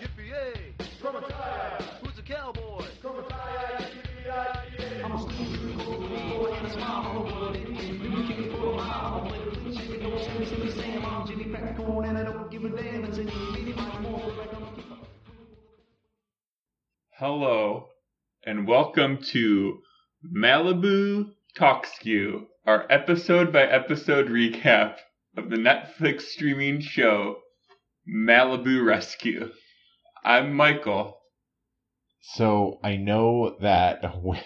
Yippee-yay! Who's a cowboy? Hello, and welcome to Malibu Talks You, our episode by episode recap of the Netflix streaming show Malibu Rescue. I'm Michael. So I know that we-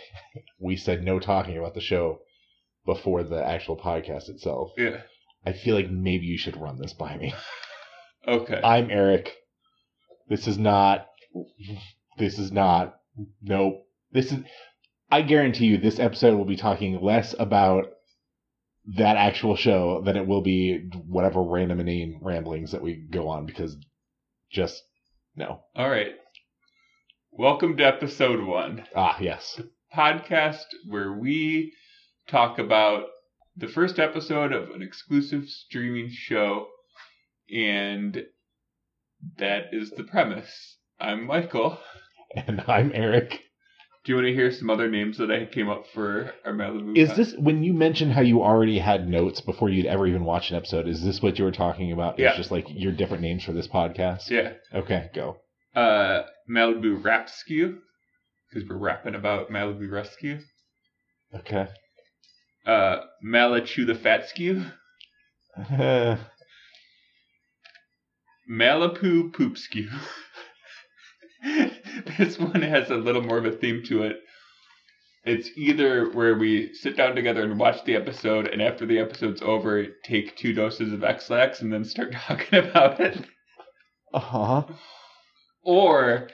we said no talking about the show before the actual podcast itself. Yeah. I feel like maybe you should run this by me. Okay. I'm Eric. This is not. This is not. Nope. This is. I guarantee you, this episode will be talking less about that actual show than it will be whatever random inane ramblings that we go on because just no. All right. Welcome to episode one. Ah, yes. podcast where we talk about the first episode of an exclusive streaming show, and that is the premise. I'm Michael. And I'm Eric. Do you want to hear some other names that I came up for our Malibu? Is this when you mentioned how you already had notes before you'd ever even watched an episode? Is this what you were talking about? Yeah. It's just like your different names for this podcast. Yeah, Okay, go. uh, Malibu Rapskew, because we're rapping about Malibu Rescue. Okay. Uh, Malachu the Fatskew, Malibu Poopskew. this one has a little more of a theme to it. It's either where we sit down together and watch the episode, and after the episode's over, take two doses of X-Lax and then start talking about it, uh huh. or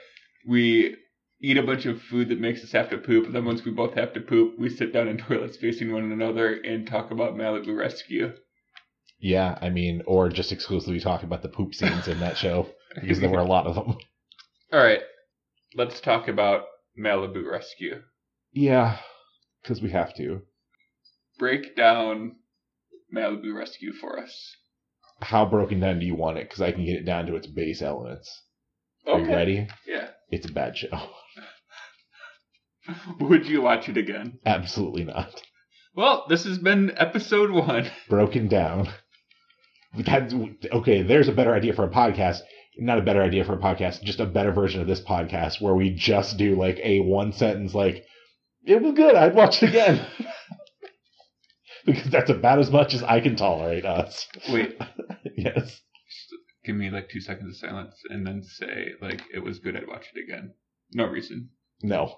we eat a bunch of food that makes us have to poop. And then once we both have to poop, we sit down in toilets facing one another and talk about Malibu Rescue. Yeah, I mean, or just exclusively talking about the poop scenes in that show because there were a lot of them. All right, let's talk about Malibu Rescue. Yeah, because we have to. break down Malibu Rescue for us. How broken down do you want it? Because I can get it down to its base elements. Are you ready? Yeah. It's a bad show. Would you watch it again? Absolutely not. Well, this has been episode one. broken down. That's okay. There's a better idea for a podcast. Not a better idea for a podcast. Just a better version of this podcast where we just do like a one sentence like, "It was good. I'd watch it again," because that's about as much as I can tolerate us. Wait, Yes. give me like two seconds of silence and then say, like, it was good, I'd watch it again. No reason. No.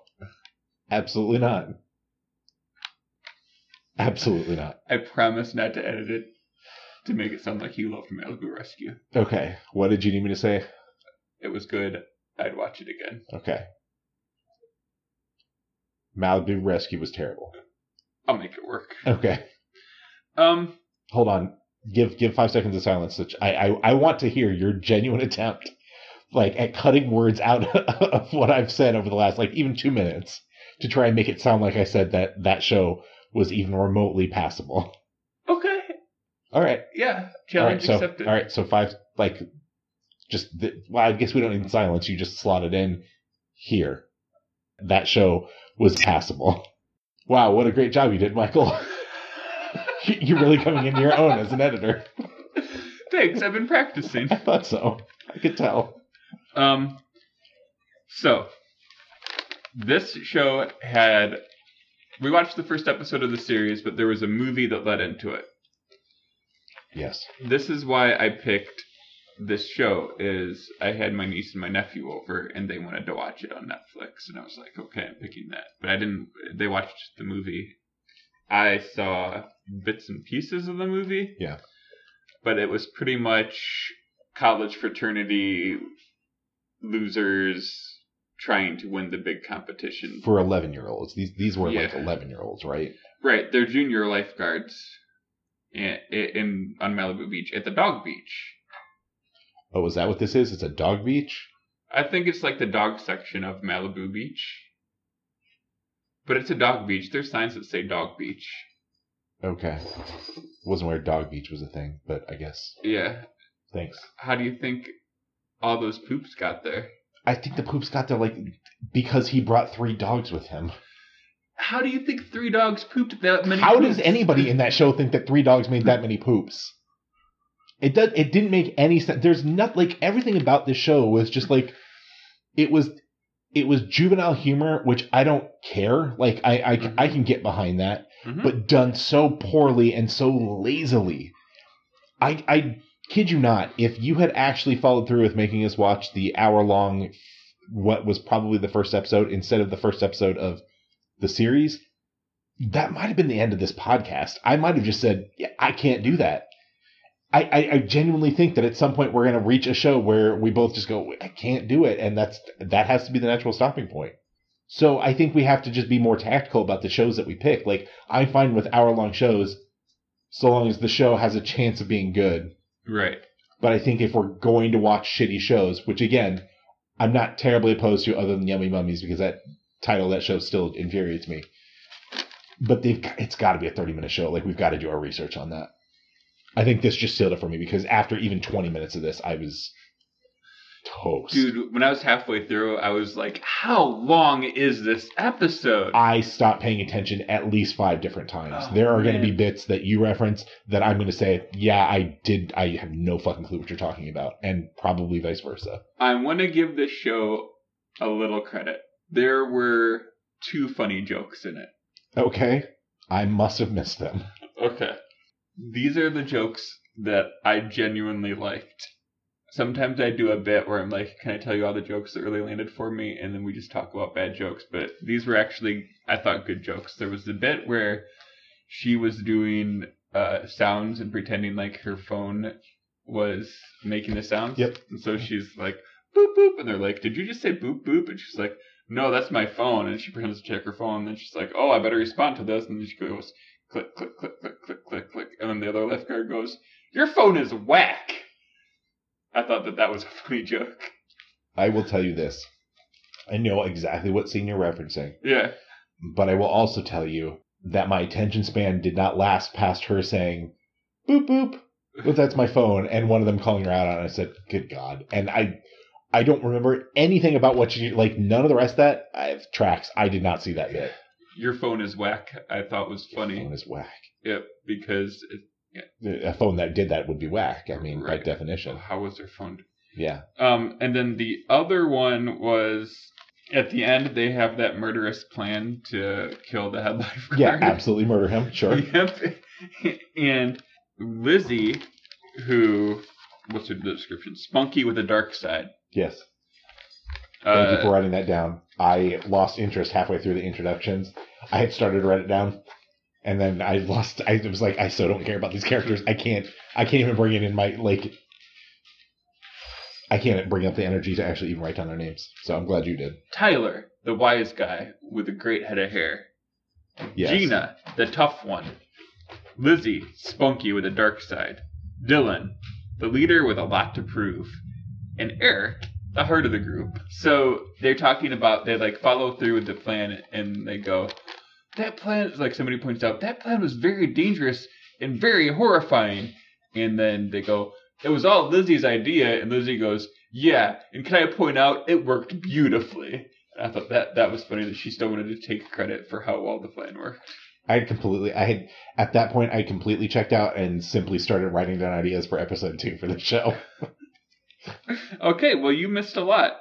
Absolutely not. Absolutely not. I promise not to edit it to make it sound like you loved Malibu Rescue. Okay. What did you need me to say? It was good, I'd watch it again. Okay. Malibu Rescue was terrible. I'll make it work. Okay. Um, hold on give give five seconds of silence which I, I i want to hear your genuine attempt like at cutting words out of what i've said over the last like even two minutes to try and make it sound like i said that that show was even remotely passable okay. all right Yeah. all Challenge right so accepted. all right so five like just the, well i guess we don't need silence you just slot it in here that show was passable wow what a great job you did michael you're really coming into your own as an editor Thanks, I've been practicing. I thought so. I could tell. Um, so this show had we watched the first episode of the series, but there was a movie that led into it. Yes. This is why I picked this show is I had my niece and my nephew over and they wanted to watch it on Netflix and I was like, okay, I'm picking that. But I didn't they watched the movie. I saw bits and pieces of the movie. Yeah. But it was pretty much college fraternity losers trying to win the big competition. For eleven year olds. These these were like Yeah. eleven year olds, right? Right, they're junior lifeguards in, in on Malibu Beach at the dog beach. Oh, is that what this is? It's a dog beach? I think it's like the dog section of Malibu Beach. But it's a dog beach. There's signs that say dog beach. Okay. Wasn't aware dog beach was a thing, but I guess. Yeah. Thanks. How do you think all those poops got there. I think the poops got there like because he brought three dogs with him. How do you think three dogs pooped that many? How does poops? anybody in that show think that three dogs made that many poops? It does. It didn't make any sense. There's not like everything about this show was just like it was. It was juvenile humor, which I don't care. Like I, I, Mhm. I can get behind that, Mhm. but done so poorly and so lazily. I, I kid you not. If you had actually followed through with making us watch the hour long, what was probably the first episode instead of the first episode of the series, that might have been the end of this podcast. I might have just said, yeah, I can't do that. I, I, I genuinely think that at some point we're going to reach a show where we both just go, I can't do it. And that's, that has to be the natural stopping point. So I think we have to just be more tactical about the shows that we pick. Like I find with hour long shows, so long as the show has a chance of being good, right. but I think if we're going to watch shitty shows, which again, I'm not terribly opposed to, other than Yummy Mummies, because that title that show still infuriates me. But they've got- it's got to be a 30 minute show. Like we've got to do our research on that. I think this just sealed it for me because after even 20 minutes of this, I was toast. Dude, when I was halfway through, I was like, how long is this episode? I stopped paying attention at least five different times. Oh, there are going to be man. bits that you reference that I'm going to say, yeah, I did. I have no fucking clue what you're talking about, and probably vice versa. I want to give this show a little credit. There were two funny jokes in it. Okay, I must have missed them. Okay. These are the jokes that I genuinely liked. Sometimes I do a bit where I'm like, can I tell you all the jokes that really landed for me? And then we just talk about bad jokes. But these were actually, I thought, good jokes. There was the bit where she was doing uh, sounds and pretending like her phone was making the sounds. Yep. And so she's like, boop, boop. And they're like, did you just say boop, boop? And she's like, no, that's my phone. And she pretends to check her phone. And then she's like, oh, I better respond to this. And then she goes, click, click, click, click, click, click, click. And then the other left guard goes, Your phone is whack. I thought that that was a funny joke. I will tell you this. I know exactly what scene you're referencing, Yeah. but I will also tell you that my attention span did not last past her saying, boop, boop, well, that's my phone, and one of them calling her out on it. I said, good God. And I. I don't remember anything about what you like. None of the rest of that I have tracks. I did not see that bit. Your phone is whack, I thought was funny. Phone is whack. Yep, because it, A phone that did that would be whack. I mean, by Right. definition. how was her phone Yeah. Um, and then the other one was at the end they have that murderous plan to kill the head lifeguard. Yeah. Absolutely murder him. Sure. Yep. And Lizzie, who what's her description? Spunky with a dark side. Yes. Thank Uh, you for writing that down. I lost interest halfway through the introductions. I had started to write it down, and then I lost. I was like, I so don't care about these characters. I can't. I can't even bring it in my like. I can't bring up the energy to actually even write down their names. So I'm glad you did. Tyler, the wise guy with a great head of hair. Yes. Gina, the tough one. Lizzie, spunky with a dark side. Dylan, the leader with a lot to prove. And Eric, the heart of the group. So they're talking about, they like follow through with the plan and they go, that plan, like somebody points out, that plan was very dangerous and very horrifying. And then they go, it was all Lizzie's idea. And Lizzie goes, yeah. And can I point out, it worked beautifully. And I thought that that was funny that she still wanted to take credit for how well the plan worked. I had completely. I had at that point. I had completely checked out and simply started writing down ideas for episode two for the show. Okay, well you missed a lot.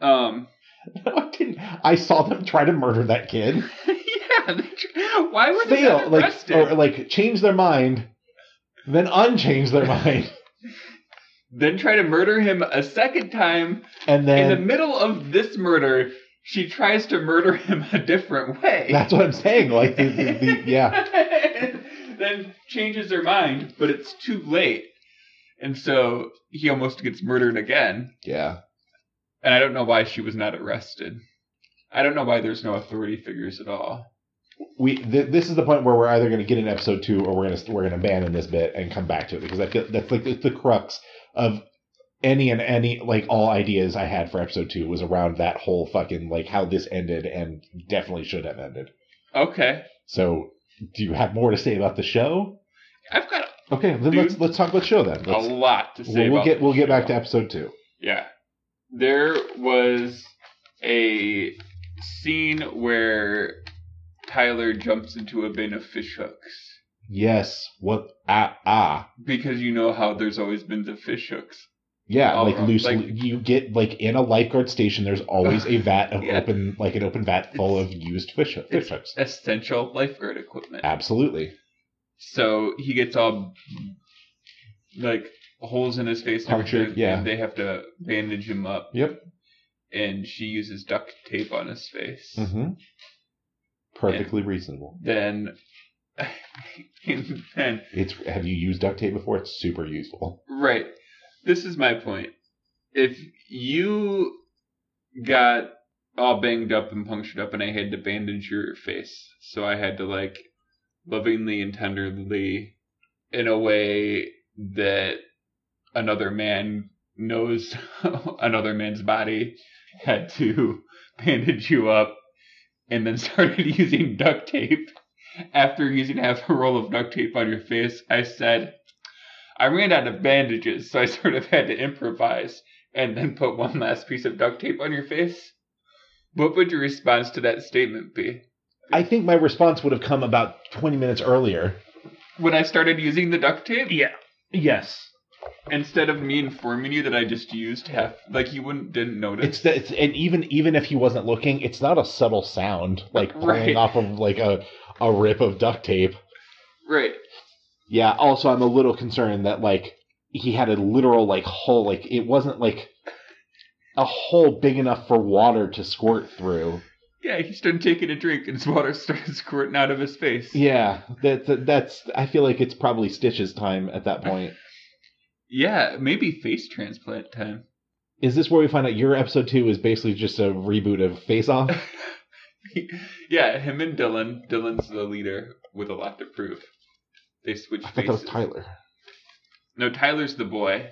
Um, no, I didn't. I saw them try to murder that kid. yeah. they tr- Why were they Fail not like arrested? or like change their mind, then unchange their mind. then try to murder him a second time. And In the then middle of this murder, she tries to murder him a different way. that's what I'm saying. Like, the, the, the, yeah, then changes her mind, but it's too late, and so he almost gets murdered again. yeah. And I don't know why she was not arrested. I don't know why there's no authority figures at all. We th- this is the point where we're either going to get an episode two or we're going to we're going to abandon this bit and come back to it because I feel that's like the, the crux of any and any like all ideas I had for episode two was around that whole fucking like how this ended and definitely should have ended. Okay. So, do you have more to say about the show? I've got Okay, then Dude. let's let's talk about the show then. a Let's, lot to say we'll, we'll about get we'll this get back show. to episode two. Yeah. There was a scene where Tyler jumps into a bin of fish hooks Yes. What? Ah. Ah. because you know how there's always bins of fish hooks. Yeah. Oh, like uh, loose. like- you get like in a lifeguard station. There's always a vat of Yeah. open, like an open vat full of used fish hook- fish It's- hooks. Essential lifeguard equipment. Absolutely. So he gets all like holes in his face and Punctured, everything, yeah. and they have to bandage him up. Yep. And she uses duct tape on his face. Mm-hmm. Perfectly reasonable. Then, and then It's have you used duct tape before? It's super useful. right. This is my point. If you got all banged up and punctured up, and I had to bandage your face, so I had to like lovingly and tenderly, in a way that another man knows another man's body, had to bandage you up, and then started using duct tape. After using half a roll of duct tape on your face, I said, I ran out of bandages, so I sort of had to improvise and then put one last piece of duct tape on your face. What would your response to that statement be? I think my response would have come about 20 minutes earlier. When I started using the duct tape? Yeah. Yes. Instead of me informing you that I just used half, like you wouldn't didn't notice. It's that, it's, and even even if he wasn't looking, it's not a subtle sound like pulling Right. off of like a a rip of duct tape. right. Yeah. Also, I'm a little concerned that like he had a literal like hole, like it wasn't like a hole big enough for water to squirt through. Yeah, he started taking a drink and his water started squirting out of his face. Yeah. That, that that's I feel like it's probably Stitch's time at that point. Yeah, maybe face transplant time. Is this where we find out your episode two is basically just a reboot of Face Off? yeah, him and Dylan. Dylan's the leader with a lot to prove. They switch I thought that faces. was Tyler. No, Tyler's the boy.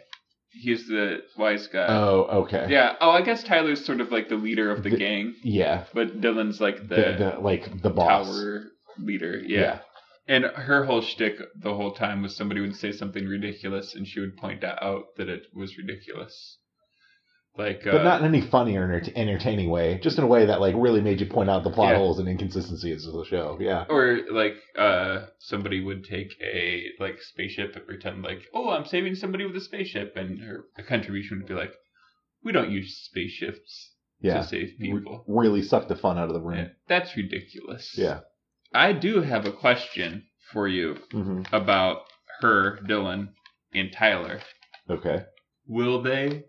He's the wise guy. Oh, okay. yeah. Oh, I guess Tyler's sort of like the leader of the, The- gang, Yeah. but Dylan's like the, The, the like the boss. tower leader. Yeah. And her whole shtick the whole time was somebody would say something ridiculous, and she would point out that it was ridiculous. Like, uh, but not in any funny or enter- entertaining way. Just in a way that like really made you point out the plot Yeah. holes and inconsistencies of the show. Yeah. or like uh, somebody would take a like spaceship and pretend like, oh, I'm saving somebody with a spaceship, and her contribution would be like, we don't use spaceships Yeah. to save people. Really sucked the fun out of the Yeah, room. That's ridiculous. Yeah. I do have a question for you hmm about her, Dylan, and Tyler. Okay. Will they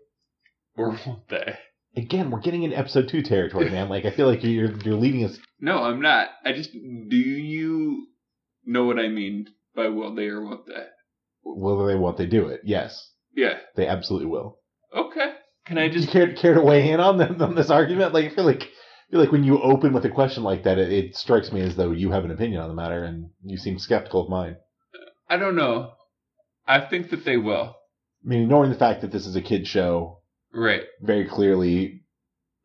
or won't they? Again, we're getting into episode two territory, man. Like I feel like you're you're leading us. No, I'm not. I just do you know what I mean by will they or won't they? Will they? Won't they do it? Yes, Yeah. they absolutely will. Okay. Can I just Just care, care to weigh in on them on this argument? Like I feel like I feel like when you open with a question like that, it, it strikes me as though you have an opinion on the matter, and you seem skeptical of mine. I don't know. I think that they will. I mean, ignoring the fact that this is a kid show, Right. very clearly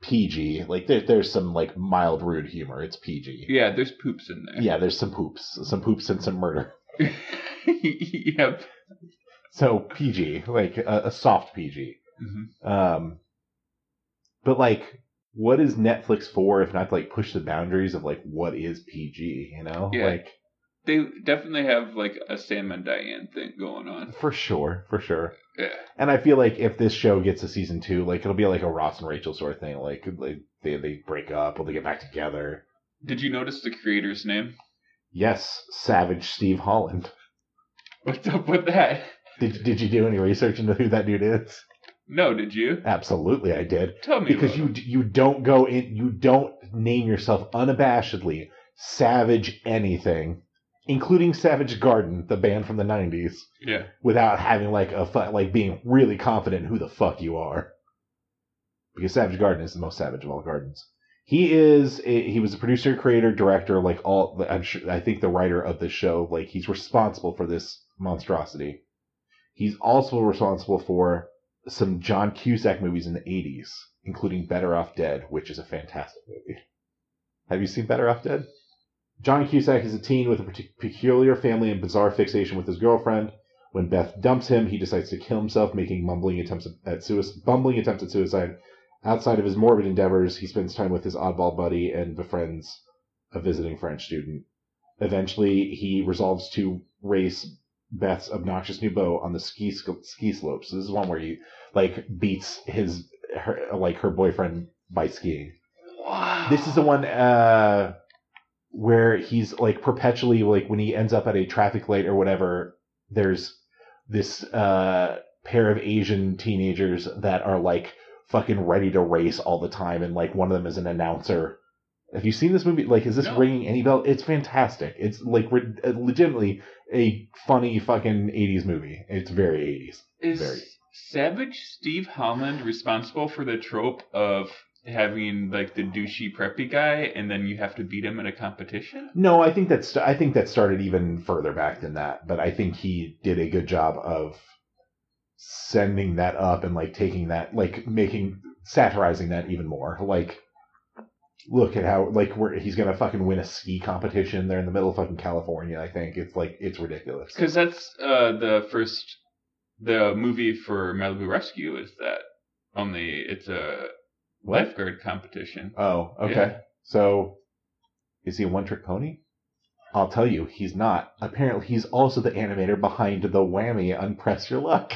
PG. Like there, there's some like mild rude humor. It's PG. Yeah, there's poops in there. Yeah, there's some poops, some poops and some murder. Yeah. yep. So PG, like a, a soft PG. hmm Um, but like, what is Netflix for if not to like push the boundaries of like what is PG? You know, Yeah. like They definitely have like a Sam and Diane thing going on. for sure, for sure. Yeah. And I feel like if this show gets a season two, like it'll be like a Ross and Rachel sort of thing. Like, like they they break up, or they get back together. Did you notice the creator's name? Yes, Savage Steve Holland. What's up with that? Did did you do any research into who that dude is? No, did you? Absolutely, I did. Tell me. Because about you it. you don't go in, you don't name yourself unabashedly savage anything, including Savage Garden, the band from the '90s, Yeah. without having like a fu- like being really confident who the fuck you are. Because Savage Garden is the most savage of all gardens. He is a, he was a producer, creator, director, like all I'm sure I think the writer of the show. Like he's responsible for this monstrosity. He's also responsible for some John Cusack movies in the 80s, including Better Off Dead, which is a fantastic movie. Have you seen Better Off Dead? John Cusack is a teen with a partic- peculiar family and bizarre fixation with his girlfriend. When Beth dumps him, he decides to kill himself, making mumbling attempts at suicide, bumbling attempts at suicide. Outside of his morbid endeavors, he spends time with his oddball buddy and befriends a visiting French student. Eventually, he resolves to race Beth's obnoxious new beau on the ski sc- ski slopes. This is one where he like beats his her, like her boyfriend by skiing. Wow. This is the one uh, where he's like perpetually like when he ends up at a traffic light or whatever. There's this uh, pair of Asian teenagers that are like fucking ready to race all the time, and like one of them is an announcer. Have you seen this movie? Like, is this No. ringing any bell? It's fantastic. It's like re- legitimately a funny fucking '80s movie. It's very '80s. Is Very. Savage Steve Holland responsible for the trope of having like the douchey preppy guy and then you have to beat him in a competition? No, I think that's I think that started even further back than that, but I think he did a good job of sending that up and like taking that like making satirizing that even more. Like look at how like we're, he's going to fucking win a ski competition there in the middle of fucking California, I think. It's like it's ridiculous. Because that's uh, the first the movie for Malibu Rescue is that only it's a lifeguard competition. Oh, okay. Yeah. So is he a one-trick pony? I'll tell you, he's not. Apparently, he's also the animator behind the whammy on Press Your Luck.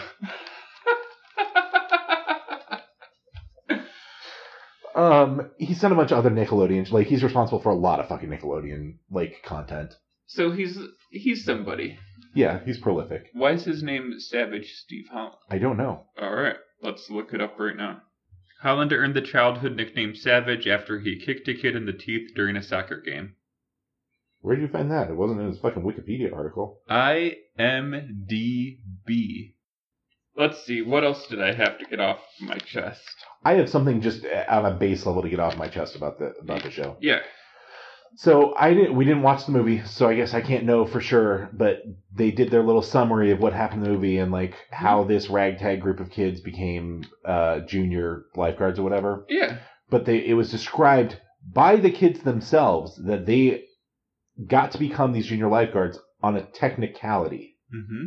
Um, he's done a bunch of other Nickelodeon. Like he's responsible for a lot of fucking Nickelodeon like content. so he's he's somebody. Yeah, he's prolific. Why is his name Savage Steve Holland? I don't know. All right, let's look it up right now. Holland earned the childhood nickname Savage after he kicked a kid in the teeth during a soccer game. Where did you find that? It wasn't in his fucking Wikipedia article. IMDb. Let's see, what else did I have to get off my chest? I have something just uh, on a base level to get off my chest about the about the show. Yeah, So I didn't. We didn't watch the movie, so I guess I can't know for sure. But they did their little summary of what happened in the movie and like how this ragtag group of kids became uh, junior lifeguards or whatever. yeah. but they it was described by the kids themselves that they got to become these junior lifeguards on a technicality. Mm-hmm.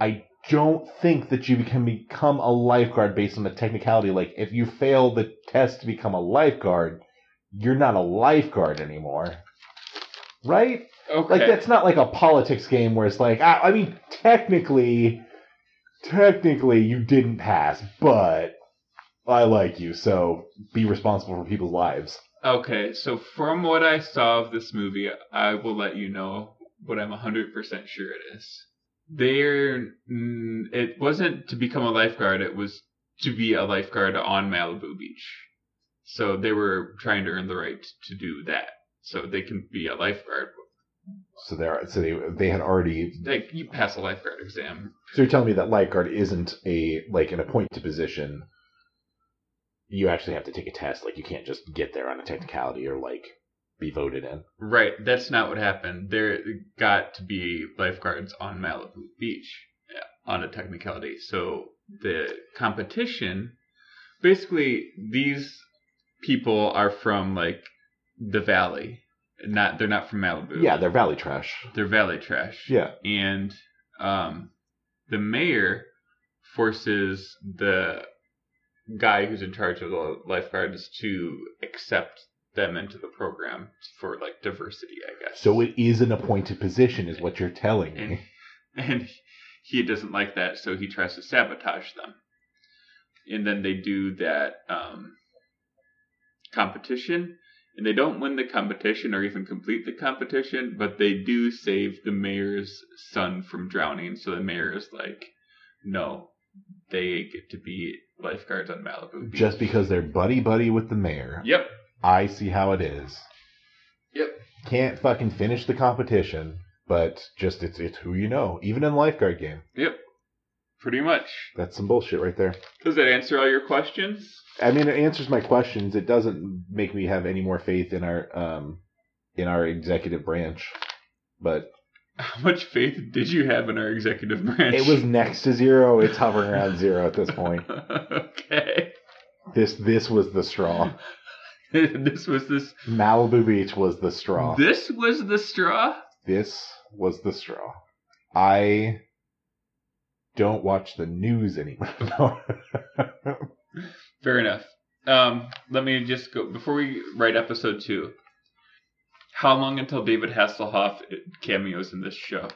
I don't think that you can become a lifeguard based on a technicality. Like if you fail the test to become a lifeguard, you're not a lifeguard anymore. Right? Okay. Like that's not like a politics game where it's like I, I mean technically technically you didn't pass, but I like you, so be responsible for people's lives. Okay, so from what I saw of this movie, I will let you know what I'm 100% sure it is. There, mm, it wasn't to become a lifeguard, it was to be a lifeguard on Malibu Beach. So they were trying to earn the right to do that. So they can be a lifeguard. So they are so they they had already Like, you pass a lifeguard exam. so you're telling me that lifeguard isn't a like an appointed position. You actually have to take a test, like you can't just get there on a technicality or like be voted in. Right, that's not what happened. There got to be lifeguards on Malibu Beach yeah, on a technicality. So the competition basically these people are from like the valley. Not they're not from Malibu. Yeah, they're valley trash. They're valley trash. Yeah. And um the mayor forces the guy who's in charge of the lifeguards to accept them into the program for like diversity, I guess. So it is an appointed position is what you're telling and, me. and he doesn't like that, so he tries to sabotage them. And then they do that um, competition, and they don't win the competition or even complete the competition, but they do save the mayor's son from drowning. So the mayor is like, "No, they get to be lifeguards on Malibu." Beach." Just because they're buddy buddy with the mayor. Yep. I see how it is. Yep. Can't fucking finish the competition, but just it's it's who you know, even in lifeguard game. Yep. Pretty much. That's some bullshit right there. Does that answer all your questions? I mean, it answers my questions. It doesn't make me have any more faith in our um in our executive branch. But How much faith did you have in our executive branch? it was next to zero. It's hovering around zero at this point. okay. This this was the straw. this was this. Malibu Beach was the straw. This was the straw. This was the straw. I don't watch the news anymore. Fair enough. Um, let me just go before we write episode two. How long until David Hasselhoff uh, cameos in this show?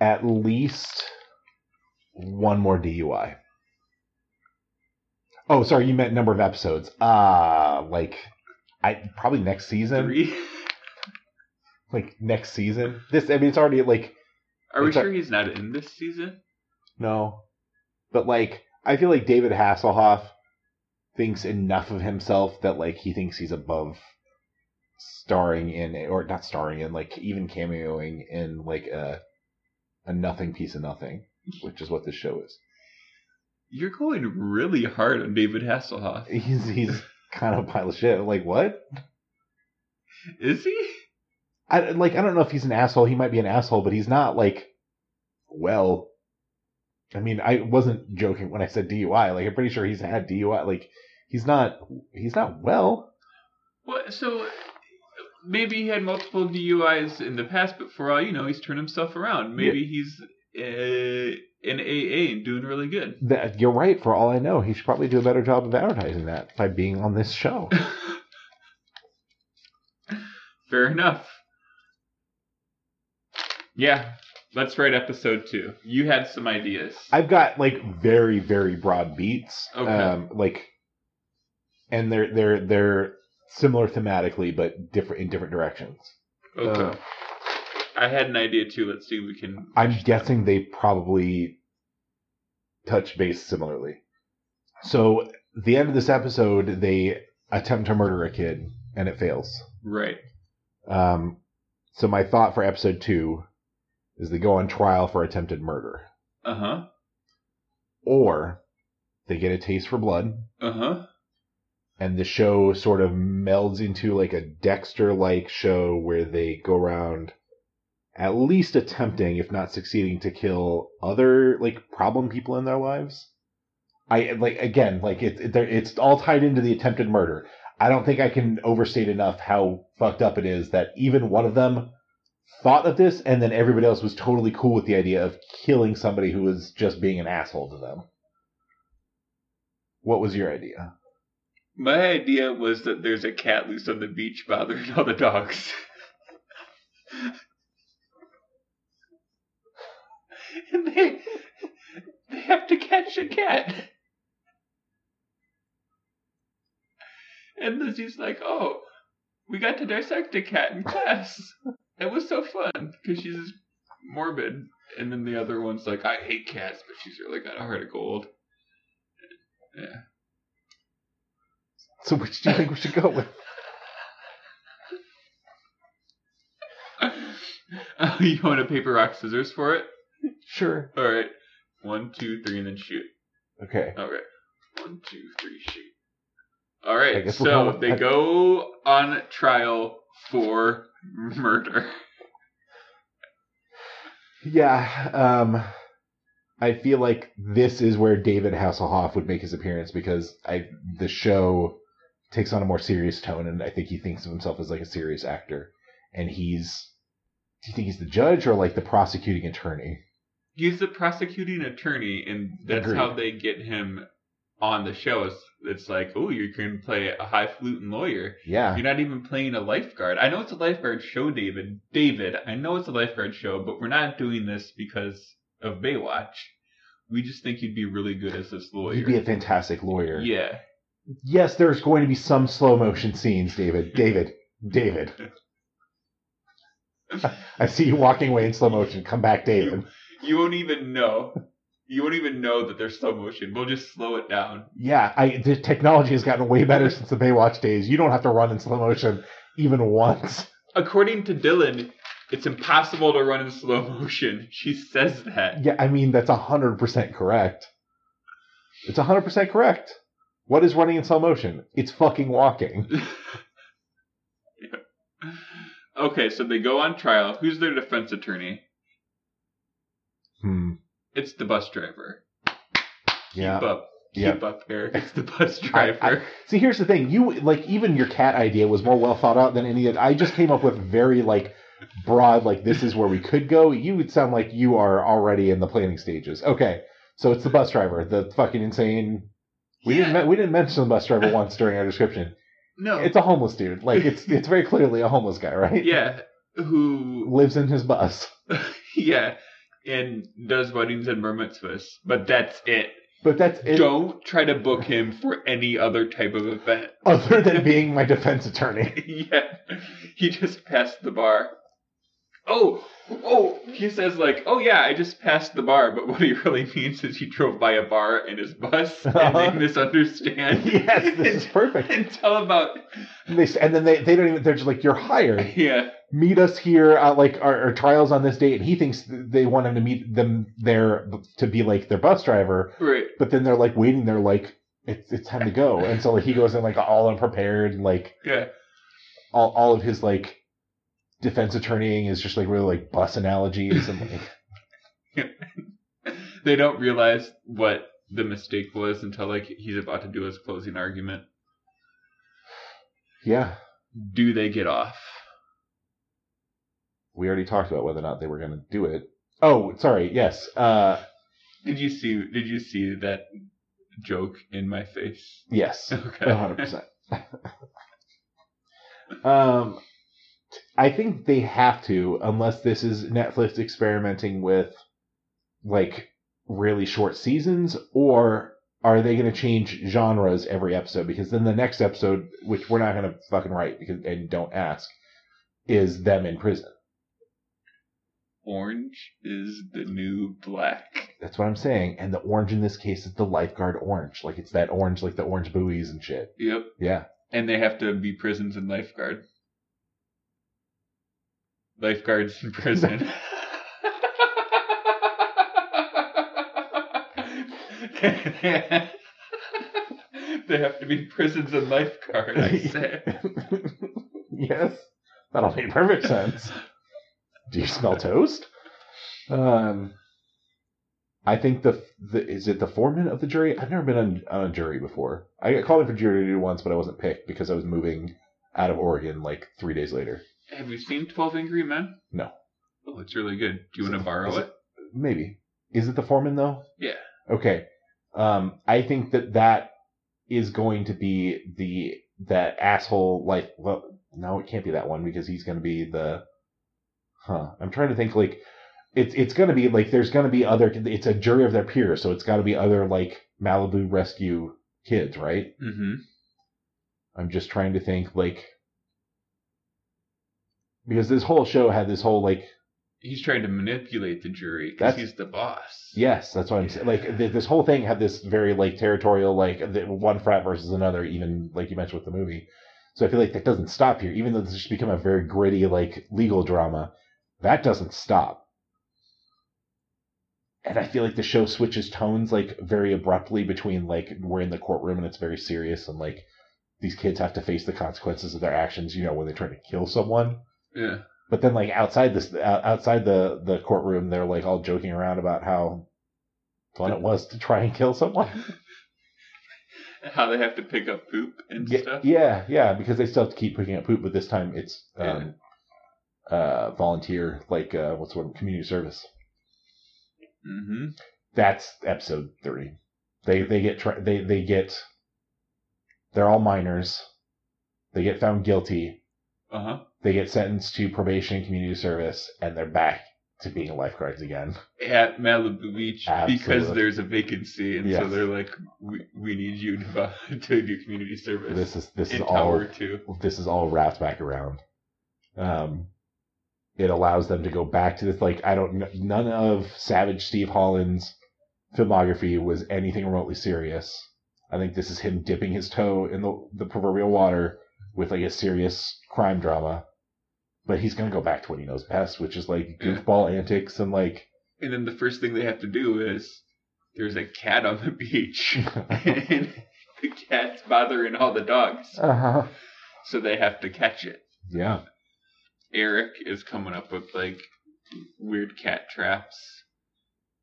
At least one more DUI. Oh, sorry, you meant number of episodes. Uh like I probably next season. Three? Like next season. This I mean it's already like Are we It's a- sure he's not in this season? No. But like I feel like David Hasselhoff thinks enough of himself that like he thinks he's above starring in or not starring in like even cameoing in like a a nothing piece of nothing, which is what this show is. You're going really hard on David Hasselhoff. He's he's kind of a pile of shit. Like what? Is he? I like I don't know if he's an asshole. He might be an asshole, but he's not like well. I mean, I wasn't joking when I said DUI. Like I'm pretty sure he's had DUI. Like he's not he's not well. What? So maybe he had multiple DUIs in the past, but for all you know, he's turned himself around. Maybe he's uh, in AA and doing really good. That you're right. For all I know, he should probably do a better job of advertising that by being on this show. Fair enough. Yeah, let's write episode two. You had some ideas. I've got like very very broad beats. Okay. Um, like, and they're they're they're similar thematically, but different in different directions. okay. uh, I had an idea too. Let's see if we can. I'm guessing they probably touch base similarly. So at the end of this episode, they attempt to murder a kid and it fails. Right. Um, so my thought for episode two is they go on trial for attempted murder, Uh huh. or they get a taste for blood, Uh huh. and the show sort of melds into like a Dexter-like show where they go around at least attempting, if not succeeding, to kill other like problem people in their lives. I like again, like it, it, there- it's all tied into the attempted murder. I don't think I can overstate enough how fucked up it is that even one of them thought of this, and then everybody else was totally cool with the idea of killing somebody who was just being an asshole to them. What was your idea? My idea was that there's a cat loose on the beach bothering all the dogs. and they they have to catch a cat. And Lizzie's like, "Oh, we got to dissect a cat in class. It was so fun because she's morbid." And then the other one's like, "I hate cats, but she's really got a heart of gold." So which do you think we should go with? Oh, you want a paper, rock, scissors for it? Sure. All right. One, two, three, and then shoot. Okay. All right. One, two, three, shoot. All I right. guess So we'll call it- they go on trial for murder. Yeah. Um, I feel like this is where David Hasselhoff would make his appearance because I the show takes on a more serious tone, and I think he thinks of himself as like a serious actor, and he's. Do you think he's the judge or like the prosecuting attorney? He's the prosecuting attorney, and that's Agreed. how they get him on the show. It's, it's like, oh, you can play a highfalutin lawyer. Yeah. You're not even playing a lifeguard. I know it's a lifeguard show, David. David, I know it's a lifeguard show, but we're not doing this because of Baywatch. We just think you'd be really good as this lawyer. He'd be a fantastic lawyer. yeah. Yes, there's going to be some slow motion scenes, David. David. David. I see you walking away in slow motion. Come back, David. You won't even know. You won't even know that there's slow motion. We'll just slow it down. Yeah, I the technology has gotten way better since the Baywatch days. You don't have to run in slow motion even once. According to Dylan, it's impossible to run in slow motion. She says that. Yeah, I mean that's hundred percent correct. It's hundred percent correct. What is running in slow motion? It's fucking walking. Okay, so they go on trial. Who's their defense attorney? Hmm. It's the bus driver. Keep Yeah. up. Keep Yeah. up, Eric. It's the bus driver. See, here's the thing. You like even your cat idea was more well thought out than any that I just came up with. Very like broad, like this is where we could go, you would sound like you are already in the planning stages. Okay, so it's the bus driver, the fucking insane. We didn't Yeah. me- we didn't mention the bus driver once during our description. no. It's a homeless dude. Like it's it's very clearly a homeless guy, right? yeah. Who? Lives in his bus, Yeah. And does weddings and bar mitzvahs, but that's it. but that's it. Don't try to book him for any other type of event. Other than being my defense attorney, yeah, he just passed the bar. Oh, oh, he says like, oh yeah, I just passed the bar, but what he really means is he drove by a bar in his bus and they Uh-huh. misunderstand. yes, this is perfect. and tell about And, they, s- and then they, they don't even they're just like you're hired. yeah, meet us here at like our, our trials on this date and he thinks th- they want him to meet them there b- to be like their bus driver right, but then they're like waiting they're like it's, it's time to go and so like he goes in like all unprepared and like yeah, all, all of his like defense attorneying is just like really like bus analogies and like they don't realize what the mistake was until like he's about to do his closing argument. yeah Do they get off? we already talked about whether or not they were going to do it oh sorry yes uh Did you see? Did you see that joke in my face? yes Okay. A hundred percent. Um, I think they have to, unless this is Netflix experimenting with like really short seasons, or are they going to change genres every episode? Because then the next episode, which we're not going to fucking write because and don't ask, is them in prison. Orange is the new black. That's what I'm saying. And the orange in this case is the lifeguard orange, like it's that orange, like the orange buoys and shit. Yep. Yeah, And they have to be prisons and lifeguard. Lifeguards in prison. they have to be prisons and lifeguard, I say. yes, that'll make perfect sense. Do you smell toast? Um, I think the, the is it the foreman of the jury? I've never been on, on a jury before. I got called in for jury duty once, but I wasn't picked because I was moving out of Oregon like three days later. Have you seen Twelve Angry Men? No. Oh, it's really good. Do you Is want to it- borrow is it? Maybe is it the foreman though? Yeah. Okay. Um, I think that that is going to be the that asshole like well no it can't be that one because he's going to be the huh I'm trying to think like it's it's going to be like there's going to be other it's a jury of their peers so it's got to be other like Malibu rescue kids right Mm-hmm. I'm just trying to think like because this whole show had this whole like He's trying to manipulate the jury because That's- he's the boss. Yes, that's what I'm saying. Like th- this whole thing had this very like territorial, like the, one frat versus another. Even like you mentioned with the movie, so I feel like that doesn't stop here. Even though this has become a very gritty like legal drama, that doesn't stop. And I feel like the show switches tones like very abruptly between like we're in the courtroom and it's very serious and like these kids have to face the consequences of their actions. You know when they try to kill someone Yeah. but then like outside this out- outside the the courtroom they're like all joking around about how fun it was to try and kill someone How they have to pick up poop and yeah, stuff. yeah yeah because they still have to keep picking up poop but this time it's um uh volunteer like uh what's the word community service Mm-hmm. that's episode three they they get tra- they they get they're all minors they get found guilty Uh huh. they get sentenced to probation and community service and they're back to being lifeguards again At Malibu Beach because Absolutely. there's a vacancy, and so Yes. they're like, we, "We need you to, vo- to do community service this is this in is all Tower Two. this is all wrapped back around. Um, it allows them to go back to this. Like I don't, kn- none of Savage Steve Holland's filmography was anything remotely serious. I think this is him dipping his toe in the the proverbial water with like a serious crime drama. But he's gonna go back to what he knows best, which is like goofball antics and like And then the first thing they have to do is there's a cat on the beach, and the cat's bothering all the dogs, uh-huh. so they have to catch it. yeah. Eric is coming up with like weird cat traps,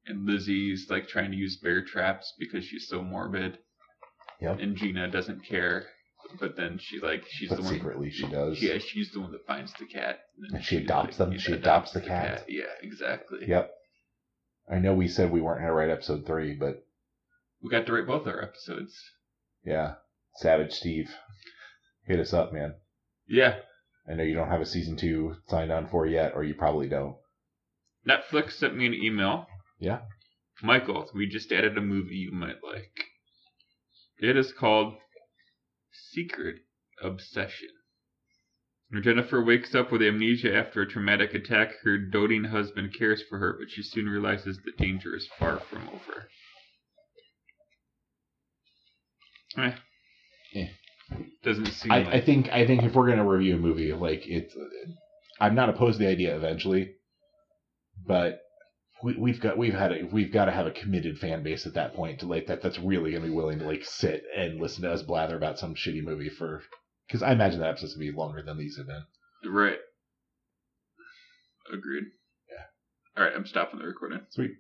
and Lizzie's like trying to use bear traps because she's so morbid. Yep. And Gina doesn't care. but then she like she's But the one secretly she does. Yeah, she's the one that finds the cat. then And she adopts them? yeah, She adopts the cat? Yeah, exactly. Yep. I know we said we weren't going to write episode three, but We got to rate both our episodes. yeah, Savage Steve, hit us up, man. Yeah, I know you don't have a season two signed on for yet, or you probably don't. Netflix sent me an email. Yeah. Michael, we just added a movie you might like. It is called Secret Obsession. When Jennifer wakes up with amnesia after a traumatic attack. Her doting husband cares for her, but she soon realizes the danger is far from over. Eh. Eh. Doesn't seem I, like I think I think if we're gonna review a movie, like it's, I'm not opposed to the idea eventually, but we, we've got we've had a, we've got to have a committed fan base at that point to like that that's really gonna be willing to like sit and listen to us blather about some shitty movie for because I imagine that episode's gonna be longer than these have been. right. Agreed. Yeah. All right, I'm stopping the recording. Sweet.